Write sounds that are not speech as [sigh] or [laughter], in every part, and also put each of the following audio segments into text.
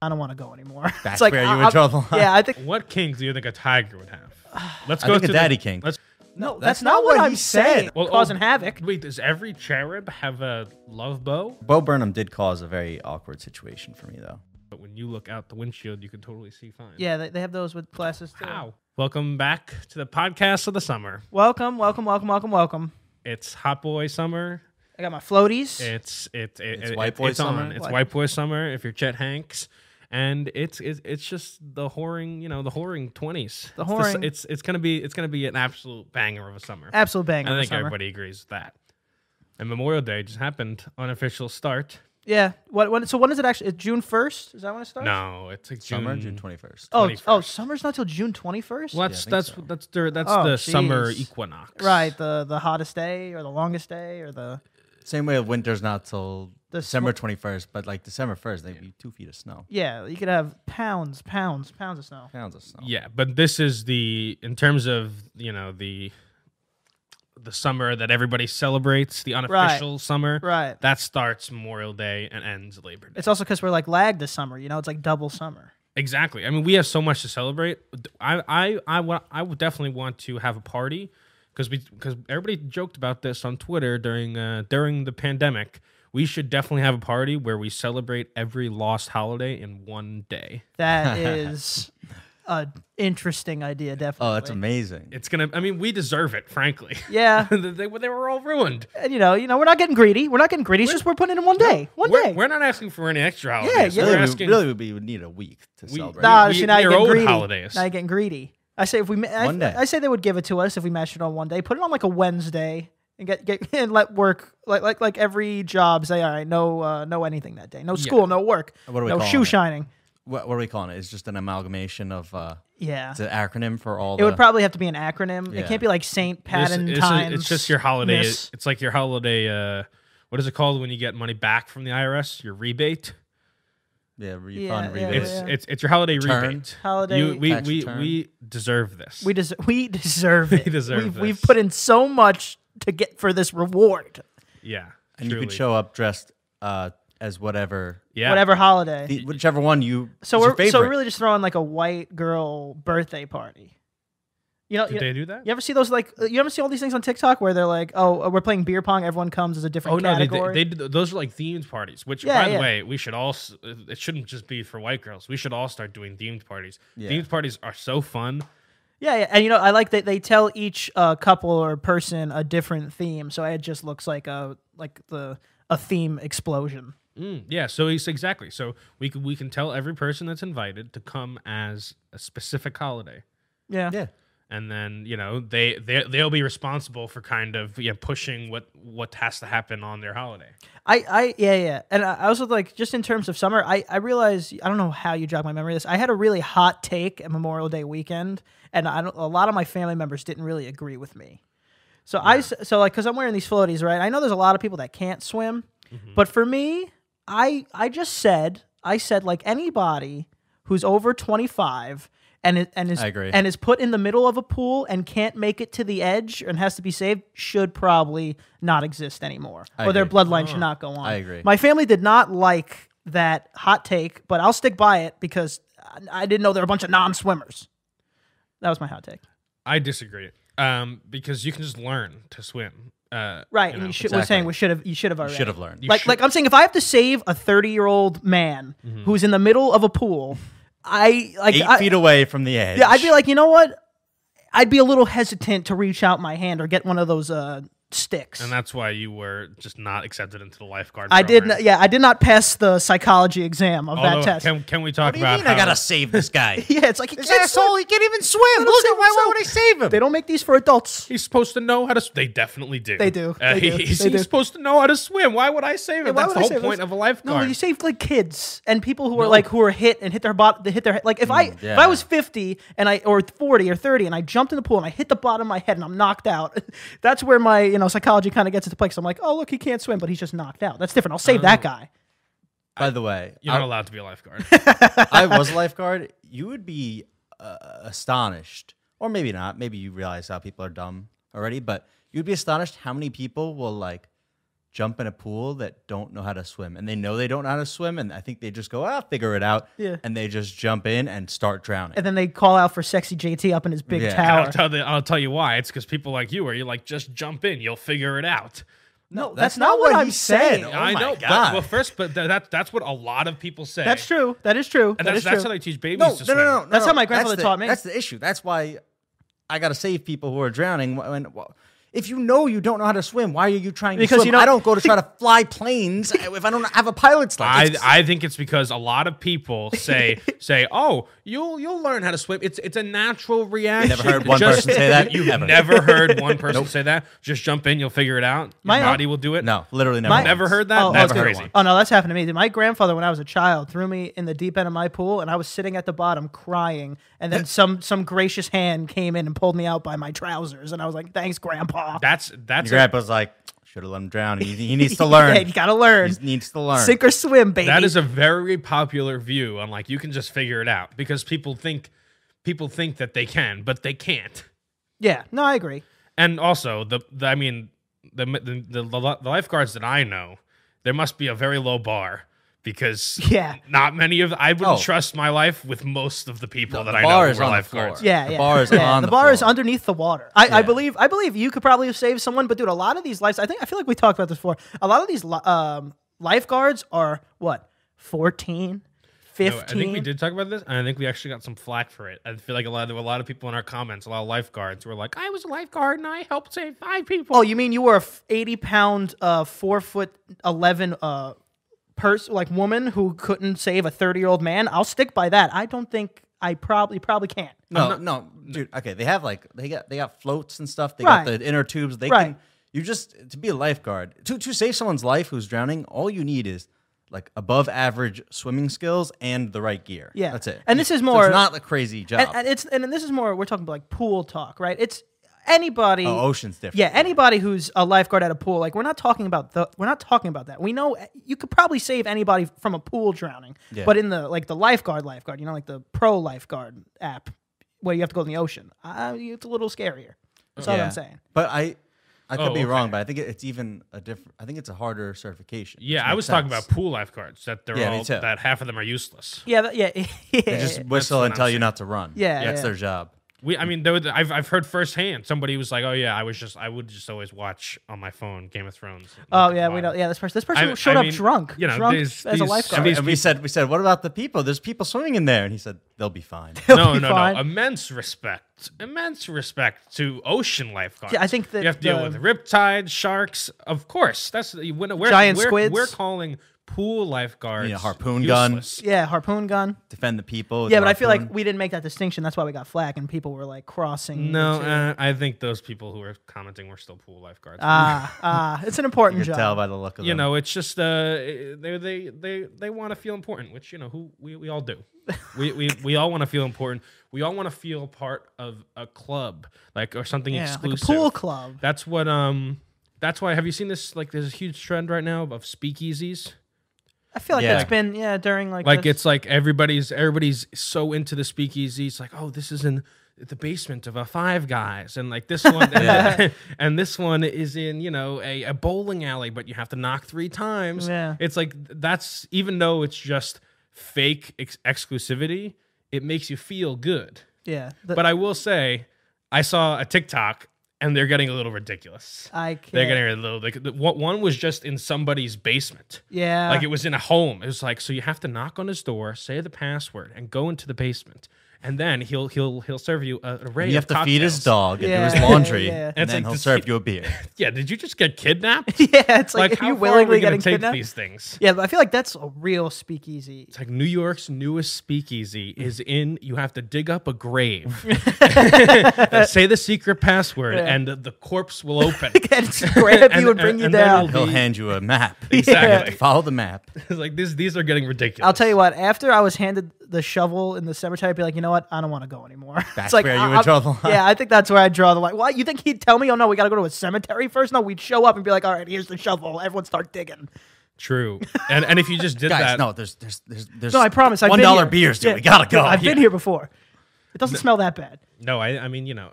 I don't want to go anymore. [laughs] That's it's like, where you I- would I'm- draw the line. Yeah, I [laughs] think What kings do you think a tiger [sighs] would have? Let's I go think a to the- daddy king. Let's no, that's, that's not, not what, what I'm he said. saying. well, Causing oh, havoc. Wait, does every cherub have a love bow? Bo Burnham did cause a very awkward situation for me, though. But when you look out the windshield, you can totally see fine. Yeah, they, they have those with glasses too. Wow. Welcome back to the podcast of the summer. Welcome, welcome, welcome, welcome, welcome. It's hot boy summer. I got my floaties. It's it, it, It's it- white it- boy it's summer. On. It's What? white boy summer. If you're Chet Hanks, and it's it's, it's just the whoring, you know, the whoring twenties. The It's, whoring. it's it's gonna be it's gonna be an absolute banger of a summer. Absolute banger. And I this think summer. everybody agrees with that. And Memorial Day just happened. Unofficial start. Yeah. What? When, so when is it actually? It's June first? Is that when it starts? No, it's like Summer, June 21st. Oh, 21st. oh, summer's not till June twenty first. Well, that's think that's so. that's the that's Oh, the summer jeez. equinox. Right. The the hottest day or the longest day or the Same way winter's not till The December 21st, but like December 1st, they'd be two feet of snow. yeah. You could have pounds, pounds, pounds of snow. Pounds of snow. Yeah, but this is the in terms of you know the the summer that everybody celebrates, the unofficial summer. Right. That starts Memorial Day and ends Labor Day. It's also because we're like lagged this summer. You know, it's like double summer. Exactly. I mean, we have so much to celebrate. I I I wa- I would definitely want to have a party because we because everybody joked about this on Twitter during uh, during the pandemic. We should definitely have a party where we celebrate every lost holiday in one day. [laughs] That is a interesting idea. Definitely. Oh, that's amazing. It's gonna. I mean, we deserve it, frankly. [laughs] Yeah. they, they were all ruined. And you know, you know, we're not getting greedy. We're not getting greedy. It's just we're putting it in one day. One we're, day. we're not asking for any extra holidays. yeah. We're really, we, asking. really, would be- would need a week to celebrate. Nah, We- see, now you're we're getting owed greedy. holidays. Now you're getting greedy. I say if we ma- I, One day. I say they would give it to us if we matched it on one day. Put it on like a Wednesday and get get [laughs] and let work like like like every job say all right no uh, no anything that day no school no work Uh, What do we no call shoe it? shining What, what are we calling it? It's just an amalgamation of uh, yeah it's an acronym for all it the. would probably have to be an acronym Yeah. it can't be like Saint This- Patton this uh, is- times it's just your holiday. miss. It's like your holiday. Uh, what is it called when you get money back from the IRS? Your rebate. yeah, refund, Yeah, yeah, rebate. It's Oh, yeah. it's it's your holiday Turn. rebate. Holiday- You, we Tax we, turn. we deserve this. we des- we [laughs] deserve it deserve we've, we've this. put in so much to get for this reward yeah. and you could truly. show up dressed uh, as whatever, yeah. whatever holiday the, whichever one you. so is your we're so we're favorite. really just throwing like a white girl birthday party you know Did you- they do that? You ever see those like uh, you ever see all these things on TikTok where they're like, oh, uh, we're playing beer pong, everyone comes as a different Oh no, they, category. did- they did, those are like themed parties. Which, Yeah, by yeah. the way, we should all. s- It shouldn't just be for white girls. We should all start doing themed parties. Yeah. Themed parties are so fun. yeah, yeah, and you know I like that they tell each uh, couple or person a different theme, so it just looks like a like the a theme explosion. Mm, yeah, so it's exactly. So we can we can tell every person that's invited to come as a specific holiday, Yeah, Yeah. and then you know they they they'll be responsible for kind of yeah pushing what what has to happen on their holiday. I, I yeah yeah, and I, I also like just in terms of summer, I I realize I don't know how you jog my memory. of This I had a really hot take at Memorial Day weekend, and I don't, a lot of my family members didn't really agree with me. So I s- so like because I'm wearing these floaties, right? I know there's a lot of people that can't swim, Mm-hmm. but for me, I I just said I said like anybody who's over 25 and is, and is I agree. and is put in the middle of a pool and can't make it to the edge and has to be saved should probably not exist anymore, I or their agree. bloodline should not go on. I agree. My family did not like that hot take, but I'll stick by it because I- I didn't know there were a bunch of non-swimmers. That was my hot take. I disagree, um, because you can just learn to swim. Uh, Right, know, and you should, we're saying we should have you should have already Should have learned. You like should- like I'm saying, if I have to save a 30 year old man who's in the middle of a pool, I like Eight I, feet away from the edge. yeah, I'd be like, you know what? I'd be a little hesitant to reach out my hand or get one of those uh, sticks. and that's why you were just not accepted into the lifeguard. I did, program. not, yeah, I did not pass the psychology exam of Although, that test. Can, can we talk What do you about? mean I how- gotta save [laughs] this guy? yeah, it's like you This can't swim. asshole, he can't even swim. Look at save why, why himself. would I save him? They don't make these for adults. He's supposed to know how to. s- They definitely do. They do. Uh, They do. he's They do. he's supposed to know how to swim. Why would I save him? why would That's the I whole save point this? of a lifeguard. No, you saved like kids and people who are like who are hit and hit their bot, they hit their head. Like if I if Mm, yeah. I was fifty and I or forty or thirty and I jumped in the pool and I hit the bottom of my head and I'm knocked out, [laughs] that's where my you know psychology kind of gets into play. Because I'm like, oh look, he can't swim, but he's just knocked out. That's different. I'll save Oh. that guy. By the way, You're Oh. not allowed to be [laughs] a lifeguard. I was a lifeguard, you would be uh, astonished, or maybe not. Maybe you realize how people are dumb already, but you'd be astonished how many people will like jump in a pool that don't know how to swim, and they know they don't know how to swim, and I think they just go, "I'll figure it out," Yeah. and they just jump in and start drowning. And then they call out for sexy JT up in his big Yeah. tower. I'll tell, the, I'll tell you why. It's because people like you, where you're like, just jump in, you'll figure it out. no, that's, not what, he I'm saying. said. Oh I my know. but- God. well, first, but th- that, that's what a lot of people say. That's true. That is true. And That that's, is that's true. how they teach babies no, to no, no, swim. no, no. That's how my no, grandfather the- taught me. That's the issue. That's why I gotta save people who are drowning. wh- When, wh- if you know you don't know how to swim, why are you trying Because to swim? you don't- I don't go [laughs] to try to fly planes [laughs] if I don't have a pilot's I, license. I think it's because a lot of [laughs] people say say oh you'll you'll learn how to swim it's it's a natural reaction. heard one Just- person say that. [laughs] You've Never. never, [laughs] heard one person say that. Just jump in, you'll figure it out. Your My- body will do it. no, literally never. My- never once. heard that. Oh, That's Never heard crazy. one. Oh no, that's happened to me. dude. My grandfather, when I was a child, threw me in the deep end of my pool, and I was sitting at the bottom crying. And then some some gracious hand came in and pulled me out by my trousers, and I was like, "Thanks, Grandpa." That's that's Your a, grandpa's like, should have let him drown. He, [laughs] he needs to learn. Yeah, you gotta learn. He needs to learn. Sink or swim, baby. that is a very popular view on like you can just figure it out because people think people think that they can, but they can't. yeah. No, I agree. And also the, the I mean the the, the the lifeguards that I know, there must be a very low bar because [laughs] Yeah. not many of I wouldn't Oh. trust my life with most of the people that the I bar know is who are on the lifeguards. floor. Yeah, The yeah. bar is Yeah, on the, the bar is floor. underneath the water. I, I Yeah. believe I believe you could probably have saved someone, but dude, a lot of these lives. I think I feel like we talked about this before. A lot of these li- um, lifeguards are what 14, No, 15? I think we did talk about this, and I think we actually got some flack for it. I feel like a lot there were a lot of people in our comments, a lot of lifeguards who were like, "I was a lifeguard and I helped save five people." Oh, you mean you were a eighty pound, uh, four foot eleven, uh, person like woman who couldn't save a thirty year old man? I'll stick by that. I don't think I probably probably can't. No, no, dude. Okay, they have like they got they got floats and stuff. They Right. got the inner tubes. They Right. can you just to be a lifeguard to to save someone's life who's drowning. All you need is like above average swimming skills and the right gear. Yeah. that's it. And this is So more- it's not a crazy job. And, and it's and this is more. We're talking about like pool talk, right? It's anybody. Oh, ocean's different. Yeah, anybody who's a lifeguard at a pool, like we're not talking about the, we're not talking about that. We know eh, you could probably save anybody from a pool drowning, Yeah. but in the like the lifeguard, lifeguard, you know, like the pro lifeguard app, where you have to go in the ocean, uh, it's a little scarier. That's all Yeah. I'm saying. But I I could Oh, be okay. wrong, but I think it- it's even a different. I think it's a harder certification. which yeah, I makes was talking sense. about pool lifeguards that they're Yeah, me all too. that half of them are useless. Yeah, that, yeah, [laughs] yeah. They just whistle what and I'm tell you saying. not to run. Yeah, that's yeah. their job. We, I mean, there were- I've I've heard firsthand. Somebody was like, "Oh yeah, I was just I would just always watch on my phone Game of Thrones." oh yeah, we don't. [laughs] Yeah, this person, this person I- showed I up mean, drunk, you know, drunk these- as a these- lifeguard. And, these we, and we peop- said we said, what about the people? There's people swimming in there, and he said they'll be fine. no, be no, fine. no. Immense respect. Immense respect to ocean lifeguards. Yeah, I think that you have to deal the- with riptides, sharks. Of course, that's you wouldn't- we're, Giant we're, squids. We're calling pool lifeguards You need a harpoon gun. useless. yeah, harpoon gun. Defend the people. with Yeah, the but I feel harpoon. like we didn't make that distinction. That's why we got flack, and people were like crossing. No, the two. uh, I think those people who are commenting were still pool lifeguards. ah, ah, it's an important You can job. tell by the look of you them. know, it's just uh, they they they they want to feel important, which you know who we, we [laughs] all do. we, we we all want to feel important. We all want to feel part of a club, like or something yeah, like a exclusive. pool club. That's what um. That's why. Have you seen this? Like, there's a huge trend right now of speakeasies. I feel like Yeah. that's been yeah during like Like, this- it's like everybody's everybody's so into the speakeasy. It's like, oh, this is in the basement of a Five Guys, and like this [laughs] one, [laughs] and, this one is in you know a, a bowling alley, but you have to knock three times. Yeah. it's like that's even though it's just fake ex- exclusivity, it makes you feel good. yeah. The, But I will say, I saw a TikTok, and they're getting a little ridiculous. I can't. They're getting a little. Like, the- one one was just in somebody's basement. yeah. [laughs] Like it was in a home. It was like so you have to knock on his door, say the password, and go into the basement, and then he'll he'll he'll serve you a array. you of have to feed his cocktails. dog and Yeah, do his laundry, yeah, yeah. and, It's then like he'll this serve kid- you a beer. [laughs] [laughs] Yeah, did you just get [laughs] kidnapped? yeah. It's like, like if how you far are we willingly going getting to take kidnapped. these things? Yeah, but I feel like that's a real speakeasy. [laughs] It's like New York's newest speakeasy is in. You have to dig up a [laughs] grave, say the secret password, Yeah. and the, the corpse will [laughs] open. [laughs] and it's grab you and and- bring you and then down. it'll He'll The- hand you a map. [laughs] Exactly. [laughs] Follow the map. it's like these these are getting ridiculous. I'll tell you what. After I was handed the shovel in the cemetery, I'd be like, you know what? I don't want to go anymore. [laughs] That's it's like where you I- would I'm- draw the line. Yeah, I think that's where I draw the line. Why you think he'd tell me? Oh no, we got to go to a cemetery first. No, we'd show up and be like, all right, here's the shovel. Everyone start digging. True, and and if you [laughs] just did Guys, that, no, there's, there's, there's, there's. No, I promise. I've One been dollar here. beers, dude. Yeah, We gotta yeah, go. I've been here before. It doesn't smell that bad. no, I I mean you know,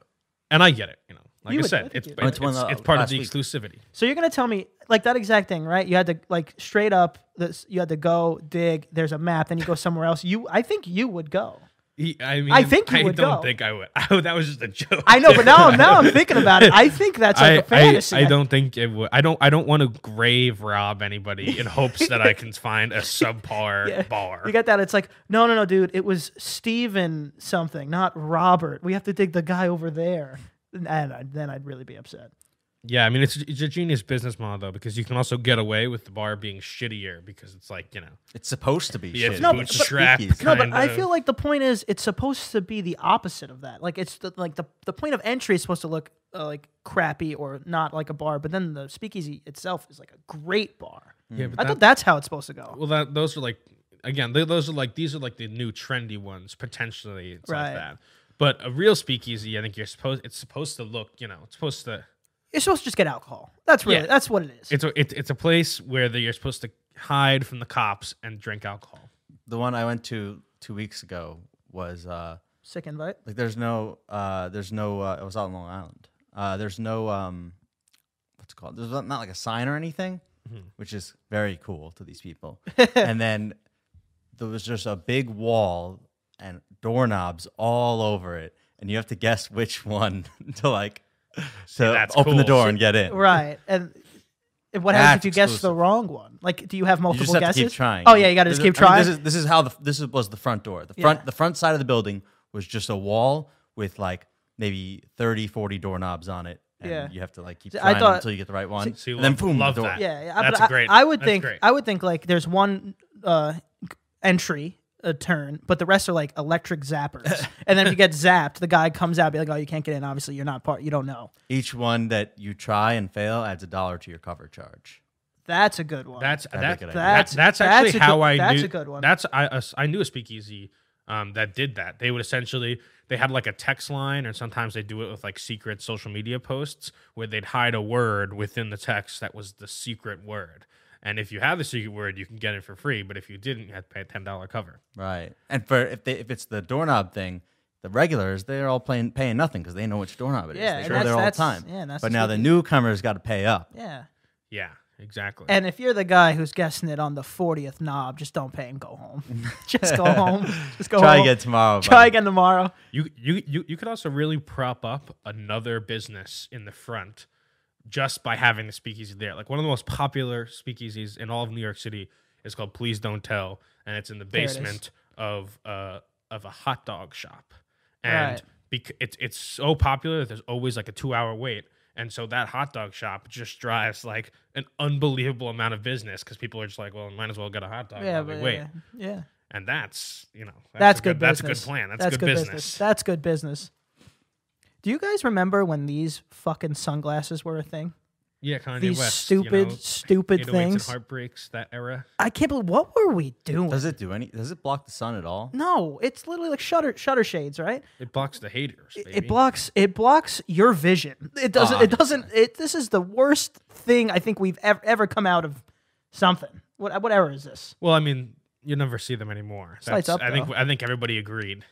and I get it, you know, Like You I would- I said, think it's you- Oh, it's it's, one it's- of it's the part of last the week. exclusivity. So you're gonna tell me like that exact thing, right? You had to like straight up. This, you had to go dig. There's a map. Then you go somewhere else. You, I think you would go. He, I mean, think you I would don't go. think I would. [laughs] I, that was just a joke. I [laughs] know, but now now I'm thinking about it. I think that's like a I, I, fantasy. I don't think it would. I don't. I don't want to grave rob anybody in hopes that I can find [laughs] a subpar bar. You get that? It's like no, no, no, dude. It was Steven something, not Robert. We have to dig the guy over there, and I, then I'd really be upset. yeah, I mean, it's it's a genius business model though because you can also get away with the bar being shittier because it's like you know It's supposed to be. yeah, shit. it's No, but- bootstrap. Speakeasy. No, but kind I of- feel like the point is it's supposed to be the opposite of that. Like it's the, like the the point of entry is supposed to look uh, like crappy or not like a bar, but then the speakeasy itself is like a great bar. Yeah, but I that- thought that's how it's supposed to go. Well, that those are like again, th those are like these are like the new trendy ones potentially. It's Right. like that. But a real speakeasy, I think you're supposed it's supposed to look, you know, it's supposed to You're supposed to just get alcohol. That's really Yeah. that's what it is. it's a it, it's a place where the, you're supposed to hide from the cops and drink alcohol. the one I went to two weeks ago was uh, Sick invite. like there's no uh, there's no uh, it was out on Long Island. Uh, there's no um, what's it called there's not not like a sign or anything, Mm-hmm. which is very cool to these [laughs] people. and then there was just a big wall and doorknobs all over it, and you have to guess which one [laughs] to like to that's open the cool. door and get in. Right. And and what That's happens if you guess the exclusive. wrong one? Like, do you have You multiple just have guesses? to keep trying. Oh yeah, you got to just This keep is- I mean, trying. This is this is how the this is, was the front door. The front the front side of the building was just a wall with like maybe 30, 40 doorknobs on it. And Yeah. you have to like keep See, I trying thought- until you get the right one. See, and then love- boom, love the door. that. Yeah, yeah. That's but great. I, I would That's think great. I would think like there's one uh, entry a turn, but the rest are like electric [laughs] zappers. and then if you get zapped, the guy comes out, be like, "Oh, you can't get in. Obviously, you're not part. You don't know." Each one that you try and fail adds a dollar to your cover charge. That's a good one. That's Oh, be a that, good idea. that's That's- that's that's actually a good- how I that's knew a good one. That's I us- I knew a speakeasy um, that did that. They would essentially they had like a text line, or sometimes they do it with like secret social media posts where they'd hide a word within the text that was the secret word. And if you have the secret word, you can get it for free. But if you didn't, you had to pay a ten dollar cover. Right. And for if they if it's the doorknob thing, the regulars they're all playing paying nothing because they know which doorknob it is. Yeah, they and sure there all the that's- that's- time. yeah, and that's but the now the tricky- newcomers got to pay up. yeah. Yeah, exactly. And if you're the guy who's guessing it on the 40th knob, just don't pay him. Go home. [laughs] just go [laughs] home. Just go Try home. again tomorrow. Try buddy. again tomorrow. You you you you could also really prop up another business in the front just by having the speakeasy there. Like one of the most popular speakeasies in all of New York City is called Please Don't Tell, and it's in the There it is. basement of uh of a hot dog shop, and Right. bec- it's it's so popular that there's always like a two hour wait. And so that hot dog shop just drives like an unbelievable amount of business because people are just like, well, might as well get a hot dog Yeah, while we but wait. yeah, yeah. And that's you know That's, a good, That's a business. good plan. That's, good, business. That's good business. Do you guys remember when these fucking sunglasses were a thing? Yeah, Kanye These West. you stupid, know, stupid 808s things. and heartbreaks that era. I can't believe what were we doing? Does it do any? Does it block the sun at all? no, it's literally like shutter shutter shades, right? It blocks the haters. It- baby. It blocks it blocks your vision. It doesn't. Ah, it doesn't. It. This is the worst thing I think we've ever ever come out of something. What whatever is this? Well, I mean, you never see them anymore. lights That's, up, I think though. I think everybody agreed.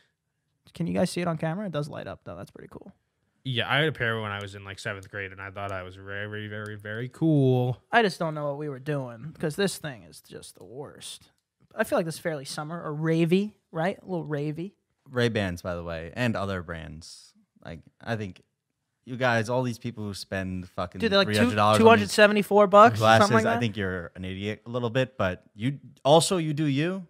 Can you guys see it on camera? It does light up though. That's pretty cool. Yeah, I had a pair when I was in like seventh grade, and I thought I was very, very, very cool. I just don't know what we were doing because this thing is just the worst. I feel like this is fairly summer or ravey, right? A little ravey. Ray Bans, by the way, and other brands. Like I think you guys, all these people who spend fucking Dude, they're like Mm, three two hundred dollars on hundred these seventy-four bucks, or glasses, something like that. I think you're an idiot a little bit. But you also you do you,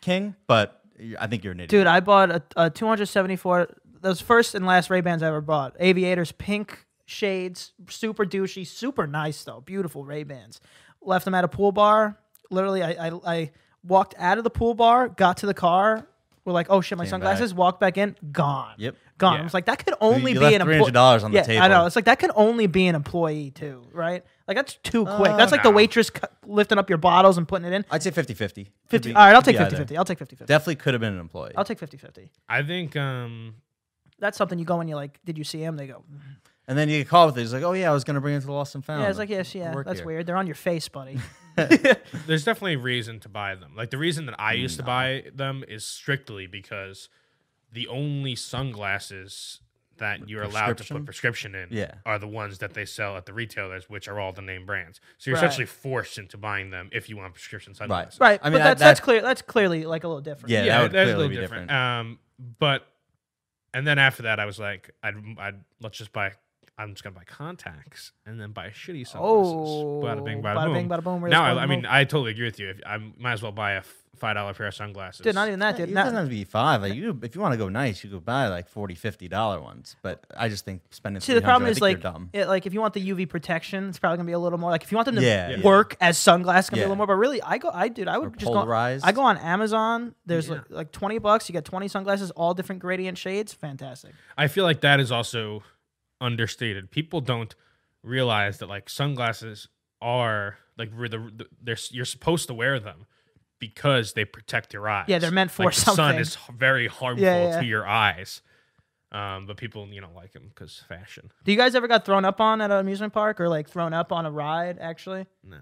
King. But you- I think you're an idiot. Dude, I bought a, a two hundred seventy-four. Those first and last Ray Bans I ever bought. Aviators, pink shades, super douchey, super nice though. Beautiful Ray Bans. Left them at a pool bar. Literally, I, I I walked out of the pool bar, got to the car. We're like, oh shit, my Came sunglasses. Walked back in, gone. Yep. gone. Yeah. I was like, that could only you be left an $300 on the yeah, I table. know. It's like that could only be an employee too, right? Like that's too quick. that's like the Oh, no. waitress cu- lifting up your bottles and putting it in. I'd say 50-50. 50, all right, I'll take 50 50. I'll take 50 50. Definitely could have been an employee. I'll take 50 50. I think um, That's something you go and you're like, did you see him? They go, and then you get called with it. He's like, "Oh yeah, I was gonna bring it to the Lost and Found." yeah, it's like, yes, yeah, work that's here. weird. They're on your face, [laughs] buddy. there's definitely a reason to buy them. Like the reason that I used to buy them is strictly because the only sunglasses that you're allowed to put prescription? prescription in Yeah. are the ones that they sell at the retailers, which are all the name brands. So you're Right. essentially forced into buying them if you want prescription sunglasses. Right. I mean, but that- that's that's that- clear. That's clearly like a little different. Yeah. that would that's clearly be different. Um, but and then after that, I was like, I'd, I'd let's just buy. I'm just gonna buy contacts and then buy shitty sunglasses. Oh, bada bing, bada, bada boom. bing, bada boom. where Now, there's I, I bada mean, boom. I totally agree with you. If, I might as well buy a f- five dollar pair of sunglasses. dude, not even that, Yeah, dude. it Not- doesn't have to be five. Like you, if you want to go nice, you could buy like 40 50 dollar ones. But I just think spending. See, the 300, problem I is think you're like, dumb. it, like if you want the UV protection, it's probably gonna be a little more. Like if you want them to Yeah, Yeah. work as sunglasses, it's gonna be a Yeah. little more. But really, I go, I dude, I would Or just polarized. go. I go on Amazon. There's Yeah. like, like twenty bucks. You get twenty sunglasses, all different gradient shades. Fantastic. I feel like that is also understated. People don't realize that like sunglasses are like re- the, the they're you're supposed to wear them because they protect your eyes. Yeah, they're meant for Like, The sun something. is h- very harmful Yeah, yeah. to your eyes. Um, but people, you know, like them because fashion. Do you guys ever got thrown up on at an amusement park or like thrown up on a ride? Actually, No,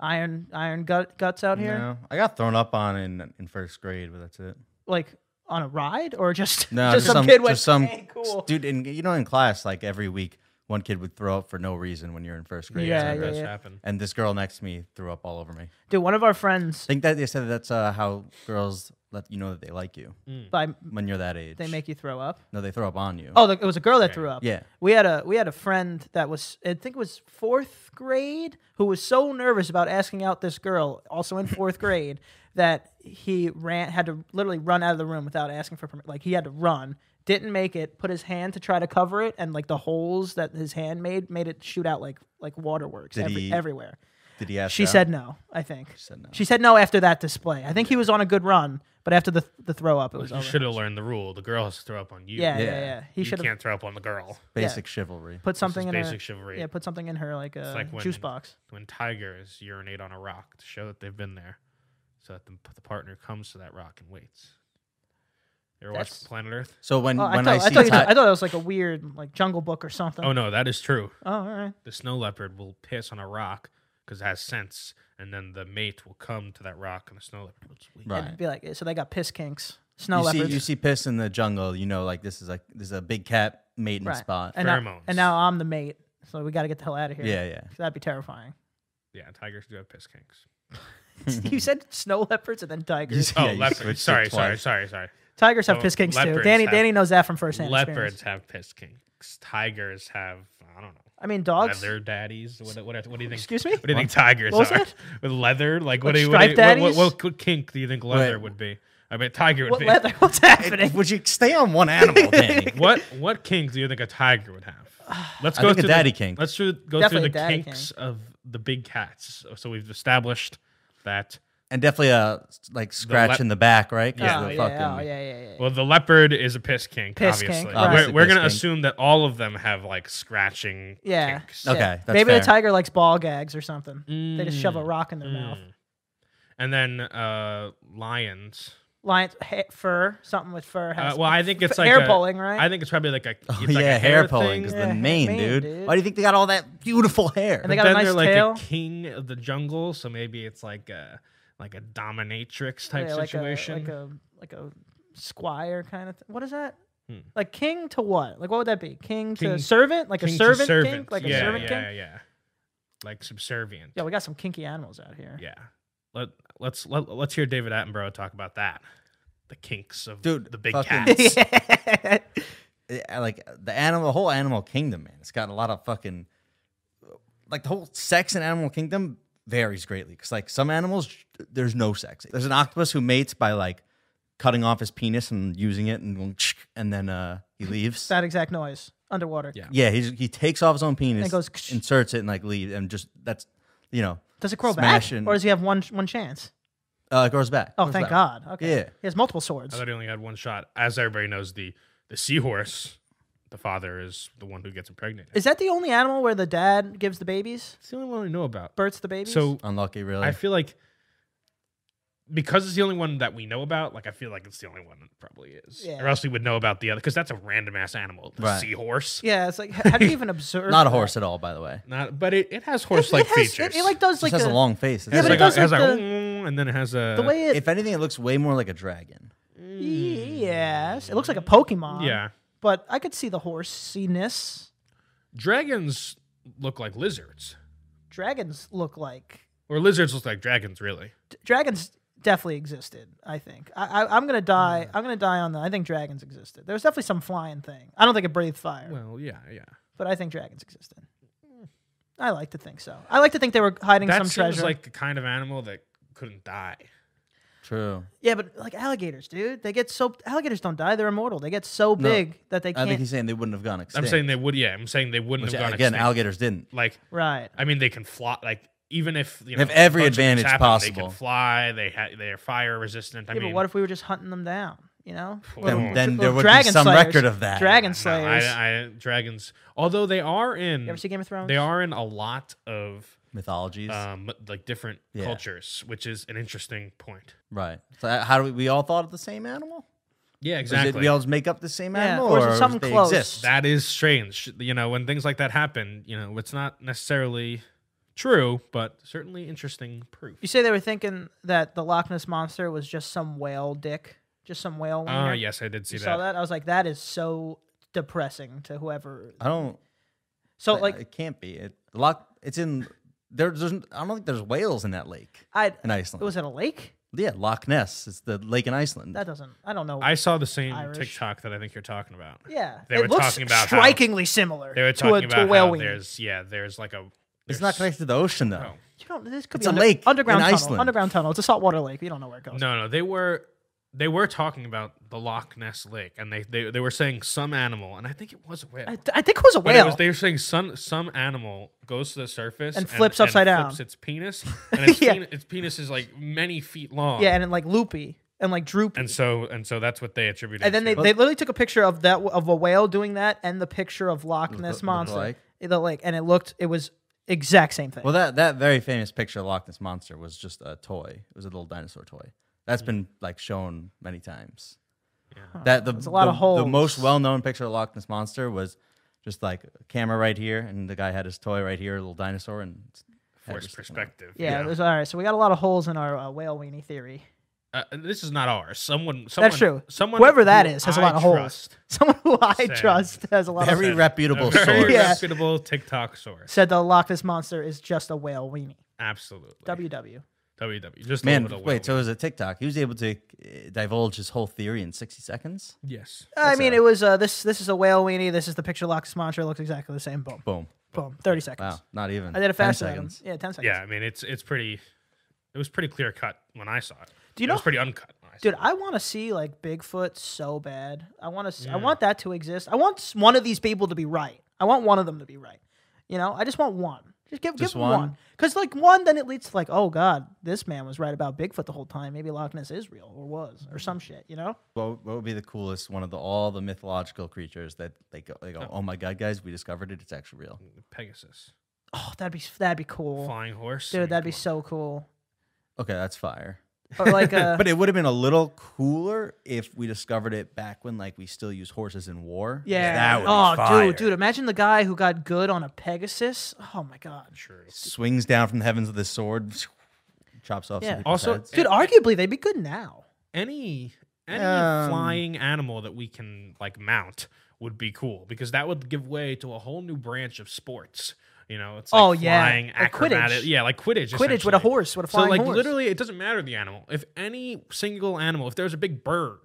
iron iron gut, guts out here, No, I got thrown up on in in first grade, but that's it. like on a ride or just [laughs] No, just, some, kid went just some "Hey, cool. dude. In you know, in class, like every week, one kid would throw up for no reason when you're in first grade. Yeah, that yeah, It's does yeah. embarrassing. happen. And this girl next to me threw up all over me. I Dude, one of our friends think that they said that's uh, how girls let you know that they like you by when you're that age. Mm. they make you throw up. no, they throw up on you. Oh, the, it was a girl that threw up. Yeah. We had a we had a friend that was I think it was fourth grade who was so nervous about asking out this girl also in [laughs] fourth grade that he ran had to literally run out of the room without asking for permission. Like he had to run, didn't make it, put his hand to try to cover it, and like the holes that his hand made made it shoot out like like waterworks Did every, he- everywhere. Did he ask? She her out? said no. I think she said no. after that display. I think he was on a good run, but after the the throw up, it was You over. should have learned the rule. The girl has to throw up on you. yeah, yeah, yeah, Yeah. He you should have can't throw up on the girl. basic chivalry. put something in basic her. chivalry. Yeah, put something in her like a like when- juice box. when tigers urinate on a rock to show that they've been there, so that the, the partner comes to that rock and waits. You ever watch That's- Planet Earth? So when Oh, I when thought I, I see thought you ti- ta- I thought that was like a weird like Jungle Book or something. Oh no, that is true. Oh, all right. The snow leopard will piss on a rock because it has sense, and then the mate will come to that rock, and the snow leopard will sleep. Right. It'd be like so they got piss kinks, snow you leopards, see you see piss in the jungle, you know, like this is like this is a big cat mating right? spot. And, now, Pheromones. and now I'm the mate, so we got to get the hell out of here. yeah, yeah. that'd be terrifying. Yeah, tigers do have piss kinks. you said snow leopards and then tigers. Oh, [laughs] Yeah, [laughs] you switched leopards. it Sorry, sorry, twice. sorry, sorry. Tigers have no, piss kinks too. Oh, leopards Danny have- Danny knows that from firsthand Leopards experience. have piss kinks. Tigers have I don't know. I mean, dogs. Leather daddies. What, what, what do you think? Excuse me. What do you think tigers What was are? that? With leather? Like Like, what, do you, what, do you- striped what, what, daddies? what, kink do you think leather Wait. would be? I bet tiger would What be. leather? [laughs] What's It- happening? would you stay on one animal, Danny? [laughs] What what kink do you think a tiger [sighs] would have? Let's I go think a through daddy the, kink. Let's through, go Definitely a through the daddy kinks of the big cats. So we've established that. And definitely a like scratch lep- in the back, right? 'Cause Oh, the yeah, oh, yeah, [laughs] fucking- yeah, yeah. Well, the leopard is a piss kink, Piss kink, obviously. right. Obviously We're, we're piss gonna kink. assume that all of them have like scratching Yeah. kinks. Yeah. Okay, that's Maybe the fair. tiger likes ball gags or something. They just shove a Mm, rock in their mouth. mm. And then uh, lions. Lions ha- fur, something with fur. Uh, Has well, I think it's f- like hair a- pulling, right? I think it's probably like a. Oh, it's like yeah, a hair, hair pulling thing. because Yeah, the mane, mane, dude. dude. Why do you think they got all that [laughs] beautiful hair? And they But got a nice then they're like tail. a king of the jungle, so maybe it's like a like a dominatrix type Yeah, like situation. A, like a like a squire kind of. Th- what is that? Hmm. Like king to what? Like what would that be? King, King- to servant? Like King a to servant, king? Like yeah, a servant yeah, king? yeah, Yeah. yeah. Like subservient. we got some kinky animals out here. [laughs] Yeah. Let let's let, let's hear David Attenborough talk about that. The kinks of Dude, the big fucking- cats. [laughs] Yeah, like the animal, the whole animal kingdom, man. It's got a lot of fucking like the whole sex in animal kingdom varies greatly because like some animals, there's no sex. There's an octopus who mates by like cutting off his penis and using it, and [laughs] going, and then uh he leaves. that exact noise underwater. Yeah. Yeah, he's, he takes off his own penis, And goes, inserts it, and like leaves, and just that's you know Does it crawl Smashing. back? Or does he have one one chance? uh, it grows back. Oh, Grows thank back. God. Okay. Yeah. He has multiple swords. I thought he only had one shot. As everybody knows, the the seahorse, the father is the one who gets impregnated. Is that the only animal where the dad gives the babies? It's the only one I know about. Births the babies? So Unlucky, really. I feel like because it's the only one that we know about, like I feel like it's the only one that probably is. Yeah. Or else we would know about the other because that's a random ass animal. The Right. seahorse. yeah, it's like h- how do you even [laughs] observe? Not a that? horse at all, by the way. Not but it, it has It- horse it like has- features. It, it, like does Just like has a, a- long face. It's It has but like it like does a- a- it has like like, the- "Mm," and then it has a the way it if anything, it looks way more like a dragon. Yes, it looks like a Pokemon. Yeah. But I could see the horsiness. Dragons look like lizards, Dragons look like or lizards look like dragons, really. d- dragons definitely existed. I think I, I, I'm gonna die. I'm gonna die on that. I think dragons existed. There was definitely some flying thing. I don't think it breathed fire, Well, yeah, yeah. but I think dragons existed. I like to think so. I like to think they were hiding That some seems treasure. like the kind of animal that couldn't die. True. yeah, but like alligators, dude. They get so alligators don't die. They're immortal. They get so big that they I can't. think he's saying they wouldn't have gone extinct. I'm saying they would. Yeah, I'm saying they wouldn't Which, have gone again, extinct. alligators didn't. like, right. I mean, they can fly. Like, even if you know, have every a bunch of things advantage happen, they possible. can fly. They ha- they are fire resistant. I yeah, mean, but what if we were just hunting them down? You [laughs] know, Then- Little- then little there would be dragon some slayers. record of that. Dragon no, slayers. I, I, dragons? Although they are in, you ever see Game of Thrones? they are in a lot of Mythologies. um, like different Yeah. cultures, which is an interesting point. right. So uh, how do we, we all thought of the same animal? Yeah, Is it exactly. we all just make up the same Yeah, animal, or is it does something they close? exist? that is strange. You know, when things like that happen, you know, it's not necessarily true, but certainly interesting proof. You say they were thinking that the Loch Ness monster was just some whale dick, just some whale. Ah, wiener. yes, I did see you that. saw that? I was like, that is so depressing to whoever. I don't. So I- like, it can't be. It lock. It's in there. There's. I don't think there's whales in that lake I it in Iceland. was it a lake? yeah, Loch Ness. It's the lake in Iceland. That doesn't. I don't know. I saw the same Irish. TikTok that I think you're talking about. yeah, they it were looks talking about how- strikingly similar. They were to a, talking to a about whale how wiener. there's yeah, there's like a it's there's- not connected to the ocean though. No. You don't. This could It's be a under- lake in underground tunnel. Iceland. Underground tunnel. It's a saltwater lake. You don't know where it goes. No, no, they were they were talking about the Loch Ness lake, and they they, they were saying some animal, and I think it was a whale. I, th- I think it was a but whale. it was, they were saying some some animal goes to the surface And flips upside down. flips its [laughs] penis, and its, Yeah. penis, its penis is like many feet long. yeah, and it, like loopy and like droopy. and so and so that's what they attributed. And then they, to. they literally took a picture of that of a whale doing that and the picture of Loch Ness look monster, alike. the lake, and it looked it was exact same thing. Well, that that very famous picture of Loch Ness monster was just a toy. It was a little dinosaur toy. Hmm. That's been like shown many times. That the, a lot the, of the most holes. well-known picture of Loch Ness monster was just like a camera right here, and the guy had his toy right here, a little dinosaur, and its head forced was sticking out. perspective. yeah, it was all right. So we got a lot of holes in our uh, whale weenie theory. Uh, this is not ours. Someone, someone That's true. Someone, Whoever that who is has a I lot of holes. trust. [laughs] Someone who I Said- trust has a lot of [laughs] Every holes. reputable A very source. Yeah. reputable TikTok source. Said the Loch Ness monster is just a whale weenie. Absolutely. WW. WW. E, Just a Man, little wait, so whale. it was a TikTok. He was able to uh, divulge his whole theory in 60 seconds? yes. I mean, a- it was uh, this. This is a whale weenie. This is the picture of Loch Ness monster. It looks exactly the same. Boom, Boom. boom. Thirty seconds. Wow, not even. I did it 10 faster. Adam. seconds. Yeah, ten seconds. Yeah, I mean, it's it's pretty. It was pretty clear cut when I saw it. Do you it know- was pretty uncut. When I saw Dude, I want to see like Bigfoot so bad. I want to. I want that to exist. I want s- one of these people to be right. I want one of them to be right. You know, I just want one. Just give Just give one? one. Because like one, then it leads to like, oh god, this man was right about Bigfoot the whole time. Maybe Loch Ness is real or was Mm-hmm. or some shit. You know? What, what would be the coolest one of the, all the mythological creatures that they go, they go oh. my God, guys, we discovered it. It's actually real. it. Pegasus, Oh, that'd be that'd be cool, flying horse. I mean, dude. That'd be come so cool. [laughs] Okay, that's fire. Or like, uh, But it would have been a little cooler if we discovered it back when like we still use horses in war. 'cause yeah. That would oh, be fire. dude, dude, imagine the guy who got good on a Pegasus. Oh my god. on. True. Swings down from the heavens with his sword, chops off Yeah. some people's Also- heads. Dude, arguably they'd be good now. Any any Um, flying animal that we can like mount would be cool because that would give way to a whole new branch of sports. You know, it's like Oh, yeah. flying Like Quidditch. acrobatic. Yeah, like Quidditch. Quidditch with a essentially. horse, with a So flying like horse. literally, it doesn't matter the animal. If any single animal, if there was a big bird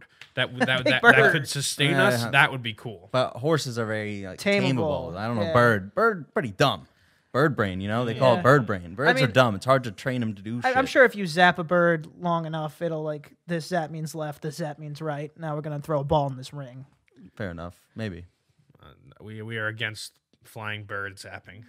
[laughs] that w- that Big that, bird. that could sustain Yeah, us, yeah. that would be cool. But horses are very like, Tameable, tameable. I don't know. yeah. Bird, bird, pretty dumb. Bird brain, you know they call Yeah. it bird brain. Birds are mean- dumb. It's hard to train them to do. I, shit. I'm sure if you zap a bird long enough, it'll like this zap means left, this zap means right. Now we're gonna throw a ball in this ring. Fair enough. Maybe. Uh, we we are against flying [laughs] bird zapping.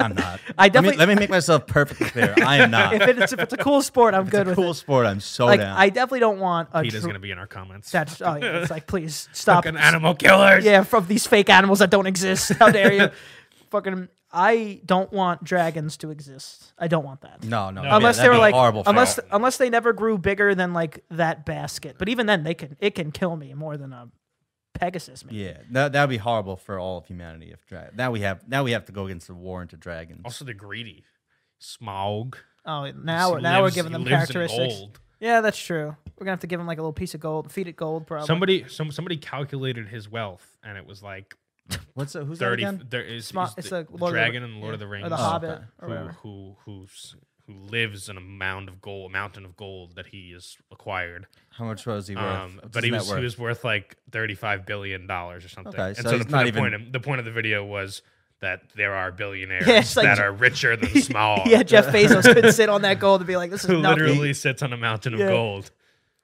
I'm not. I let, me, definitely, let me make myself perfectly clear. I am [laughs] not. if, it's, if it's a cool sport, I'm It's good a with cool it. sport. I'm so Like down. I definitely don't want a Peta's tru- gonna be in our comments. that's oh yeah, it's like [laughs] please stop. Fucking animal killers. yeah, from these fake animals that don't exist. How dare you? [laughs] Fucking, I don't want dragons to exist. I don't want that. no, no. No. yeah, Unless that'd they be were a like, horrible. unless fight. unless they never grew bigger than like that basket, but even then, they can it can kill me more than a Pegasus. Maybe. yeah, that that'd be horrible for all of humanity. If dra- now we have now we have to go against the war into Oh, dragons. Also, the greedy Smaug. Oh, now He we're Oh, now we're lives- giving he them lives in characteristics. Oh gold. Yeah, that's true. We're gonna have to give him like a little piece of gold, feed it gold, probably. Somebody, some somebody calculated his wealth, and it was like What's that? Who's thirty. that again? There is Smart- is it's the, like the Lord of the- dragon and Lord of the yeah, Rings. or the Oh, Hobbit, okay. or who [laughs] whatever. who who's who lives in a mound of gold, a mountain of gold that he has acquired. How much was he worth? Um, What's but his he net was he worth? was worth like thirty five billion dollars or something. Okay, and so so, the, he's not the even- point of, the point of the video was that there are billionaires [laughs] Yeah, it's like- that are [laughs] richer than small. Yeah, Jeff Bezos could sit on that gold and be like, "This [laughs] is who nothing." literally sits on a mountain of Yeah. gold.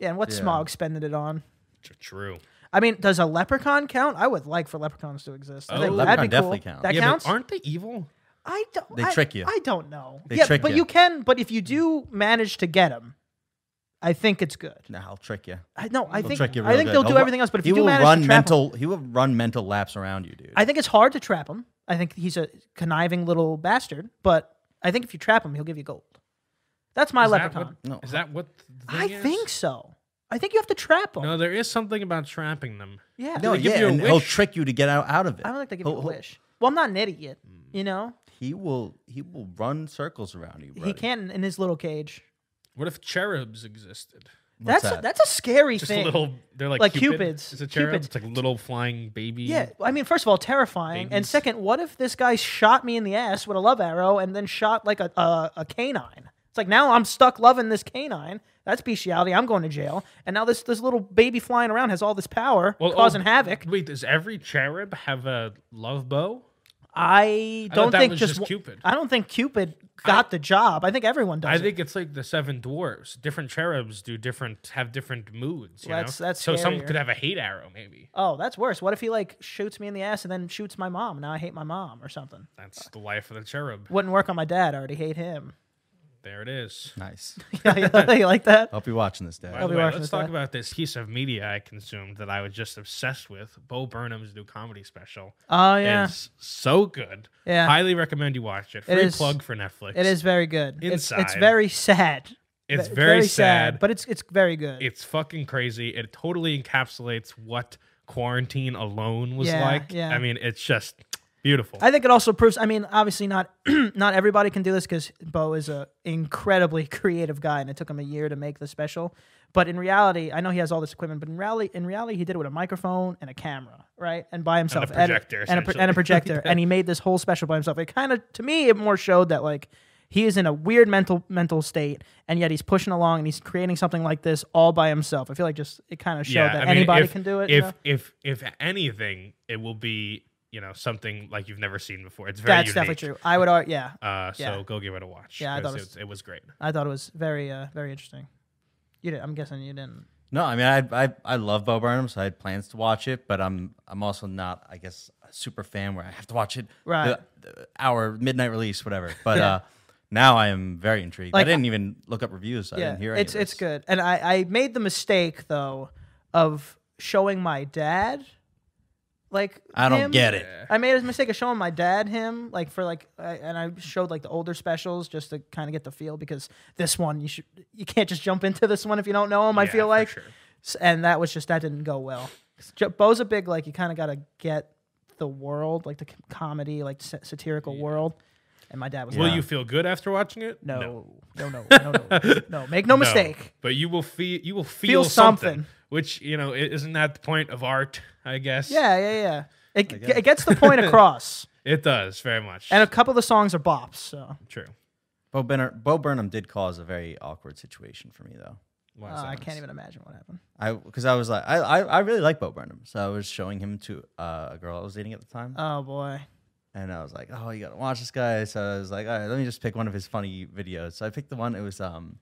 Yeah, and what Yeah. Smog spending it on? Tr- True. I mean, does a leprechaun count? I would like for leprechauns to exist. I Oh, think Leprechaun that'd be cool. definitely counts. That yeah, counts. but aren't they evil? I don't. They I- trick you. I don't know. They yeah, trick but you. you can. But if you do manage to get him, I think it's good. Nah, I'll trick you. I no. I He'll think. trick you real I think good. they'll do He'll- everything else. But if he you do will manage run to trap 'em- mental, he will run mental laps around you, dude. I think it's hard to trap him. I think he's a conniving little bastard, but I think if you trap him, he'll give you gold. That's my Is that leprechaun. what- No. Is that what? the I thing is? think so. I think you have to trap him. No, there is something about trapping them. yeah. no, they give yeah, you a and he'll wish? trick you to get out, out of it. I don't think they give he'll, you a he'll- wish. Well, I'm not an idiot. Mm. You know, He will. He will run circles around you. Brody. he can in his little cage. What if cherubs existed? What's that's that? A, that's a scary Just thing. little, they're like, Like Cupid. cupids. It's a cherub. Cupids. It's like little flying baby. yeah, I mean, first of all, terrifying, and Babies. second, what if this guy shot me in the ass with a love arrow and then shot like a a, a canine? It's like now I'm stuck loving this canine. That's bestiality. I'm going to jail. And now this this little baby flying around has all this power, Well, causing oh, havoc. Wait, does every cherub have a love bow? I thought don't that think was just, just one- Cupid. I don't think Cupid got the job. I think everyone does. I it. think it's like the seven dwarves. Different cherubs do different, have different moods. You Well, that's- know? that's so some scarier. could have a hate arrow. Maybe Oh, that's worse. What if he like shoots me in the ass and then shoots my mom? Now I hate my mom or something. that's the life of the cherub. Wouldn't work on my dad. I already hate him. [laughs] There it is. nice. you like that? Oh. Hope you're [laughs] watching this, Dad. By the be way, watching this let's talk guy. about this piece of media I consumed that I was just obsessed with. Bo Burnham's new comedy special Oh yeah, is so good. Yeah. highly recommend you watch it. Free is- plug for Netflix. it is very good. It's it's Inside. very sad. It's Ve- very, sad, but it's it's very good. it's fucking crazy. It totally encapsulates what quarantine alone was Yeah, like. yeah. I mean, it's just beautiful. I think it also proves. I mean, obviously not [clears throat] not everybody can do this because Bo is a incredibly [laughs] creative guy, and it took him a year to make the special. But in reality, I know he has all this equipment, but in reality, in reality, he did it with a microphone and a camera, right, and by himself, edit- projector, and a, pro- and a essentially. [laughs] projector, and he made this whole special by himself. It kind of, to me, it more showed that like he is in a weird mental mental state, and yet he's pushing along and he's creating something like this all by himself. I feel like just it kind of showed that I mean, anybody if- can do it. you If know? if if anything, it will be you know something like you've never seen before. It's very That's unique. definitely true. I would, ar- yeah, Uh, Yeah. So go give it a watch. Yeah, I 'cause thought it it, was- was, it was great. I thought it was very uh, very interesting. You did. I'm guessing you didn't. No, I mean, I, I I love Bo Burnham, so I had plans to watch it, but I'm I'm also not, I guess, a super fan where I have to watch it Right. the, the hour midnight [laughs] release, whatever. But uh, now I am very intrigued. I Like- didn't even look up reviews. I didn't hear any it's of it's this. good. And I I made the mistake though of showing my dad like I don't him. get it. I made a mistake of showing my dad him like for like I, and I showed like the older specials just to kind of get the feel because this one you should you can't just jump into this one if you don't know him. I Yeah, feel for like sure. S- and that was just that didn't go well. Jo- Bo's a big like you kind of got to get the world like the c- comedy like sa- satirical world. And my dad was like, Will you feel good after watching it? No, no, no, no, no, [laughs] no. Make no mistake. But you will feel you will Feel feel, something. something. Which you know i- isn't that the point of art? I guess. Yeah, yeah, yeah. It, it gets the [laughs] point across. It does very much. And a couple of the songs are bops. So true. Bo, Benner, Bo Burnham did cause a very awkward situation for me, though. Why is uh, that? I can't even imagine what happened. I because I was like, I, I I really like Bo Burnham, so I was showing him to uh, a girl I was dating at the time. Oh boy. and I was like, "Oh, you gotta watch this guy." So I was like, "All right, let me just pick one of his funny videos." So I picked the one. It was, um,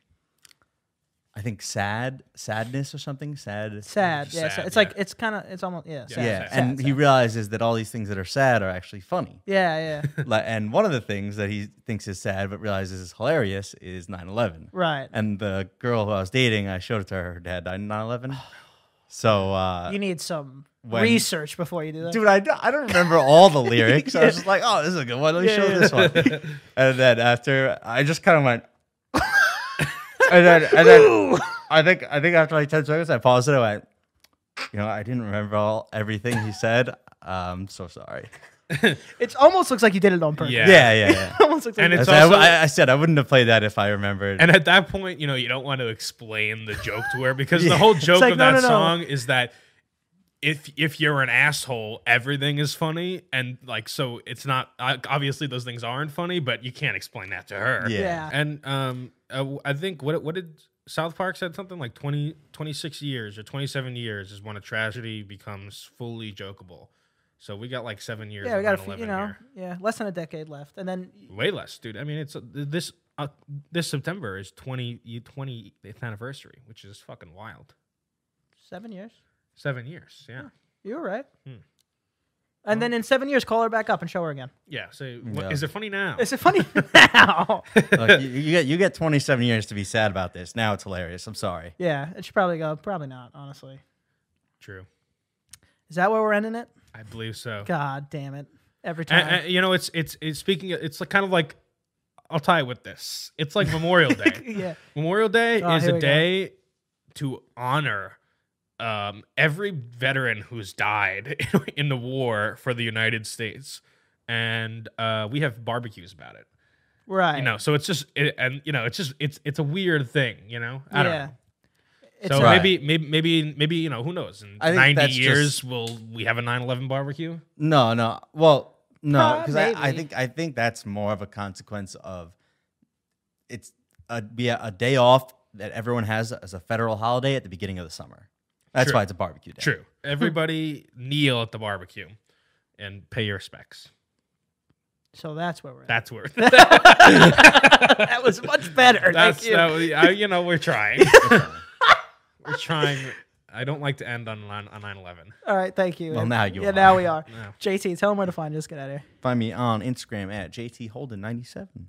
I think, sad, sadness or something. Sad, Sad. Just Yeah. sad, sad. It's yeah. like it's kind of it's almost yeah. Sad, yeah. sad, and sad. he realizes that all these things that are sad are actually [laughs] funny. yeah, yeah. [laughs] like, and one of the things that he thinks is sad but realizes is hilarious is 9/11. Right. And the girl who I was dating, I showed it to her. Her dad died [sighs] in 9/11. So, uh, you need some when- research before you do that. dude, I, don't- I don't remember all the lyrics. I was just like, oh, this is a good one. Let me Yeah, show yeah. this [laughs] one. and then after, I just kind of went. [laughs] and then, and then I think I think after like ten seconds, I paused it. I went, you know, I didn't remember all everything he said. I'm so sorry. It almost looks like you did it on purpose. Yeah. Yeah, yeah, yeah. [laughs] It almost looks like And you- [laughs] it's That's why I, also- I- I said I wouldn't have played that if I remembered. And at that point, you know, you don't want to explain the joke to her because the whole joke like, of no, that no, no. song is that if if you're an asshole, everything is funny, and like so, it's not uh, obviously those things aren't funny, but you can't explain that to her. Yeah. yeah. And um, uh, I think what what did South Park said something like 20, 26 years or twenty seven years is when a tragedy becomes fully jokeable. So we got like seven years. Yeah, we got a of few, 9/11 you know, here. yeah, less than a decade left, and then Way less, dude. I mean, it's uh, th- this uh, this September is 20 20th anniversary, which is fucking wild. seven years. Seven years, yeah, You were right. Hmm. And then in seven years, call her back up and show her again. yeah. So what, Yeah. is it funny now? Is it funny [laughs] [laughs] now? Look, you, you get you get 27 years to be sad about this. Now it's hilarious. I'm sorry. yeah, it should probably go. Probably not, honestly. True, Is that where we're ending it? I believe so. God damn it! Every time. And, and, you know, it's it's it's speaking. of- It's like kind of like I'll tie it with this. It's like Memorial Day. [laughs] yeah. Memorial Day Oh, is here a we go. day to honor um, every veteran who's died [laughs] in the war for the United States, and uh, we have barbecues about it. Right. You know, so it's just it, and you know, it's just it's it's a weird thing. You know, I don't yeah. know. It's So a- Right. maybe, maybe, maybe, maybe you know, who knows? In I think ninety that's years, just- will we have a 9-11 barbecue? No, no. Well, no, because I, I Probably. think I think that's more of a consequence of it's a be a, a day off that everyone has as a federal holiday at the beginning of the summer. That's True. why it's a barbecue [laughs] day. True. Everybody kneel at the barbecue and pay your respects. so that's where we're. At. That's [laughs] where. [laughs] That was much better. That's Thank you. that was- I, you know we're trying. we're trying. I don't like to end on nine- on 9/11. All right. Thank you. Well, And- now you Yeah. are. Now we are. No. JT, tell him where to find you. Just get out of here. Find me on Instagram at JT Holden 97.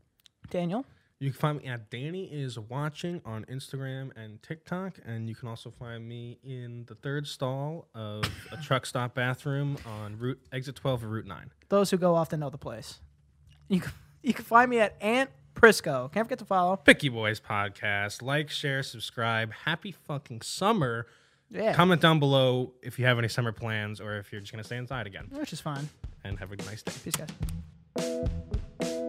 Daniel. You can find me at Danny is watching on Instagram and TikTok, and you can also find me in the third stall of a truck stop bathroom on route exit 12 or route 9. Those who go often know the place. You can, you can find me at Aunt Prisco. Can't forget to follow. Picky Boys podcast. Like, share, subscribe. Happy fucking summer. Yeah. Comment down below if you have any summer plans or if you're just gonna stay inside again. Which is fine. And have a nice day. Peace, guys.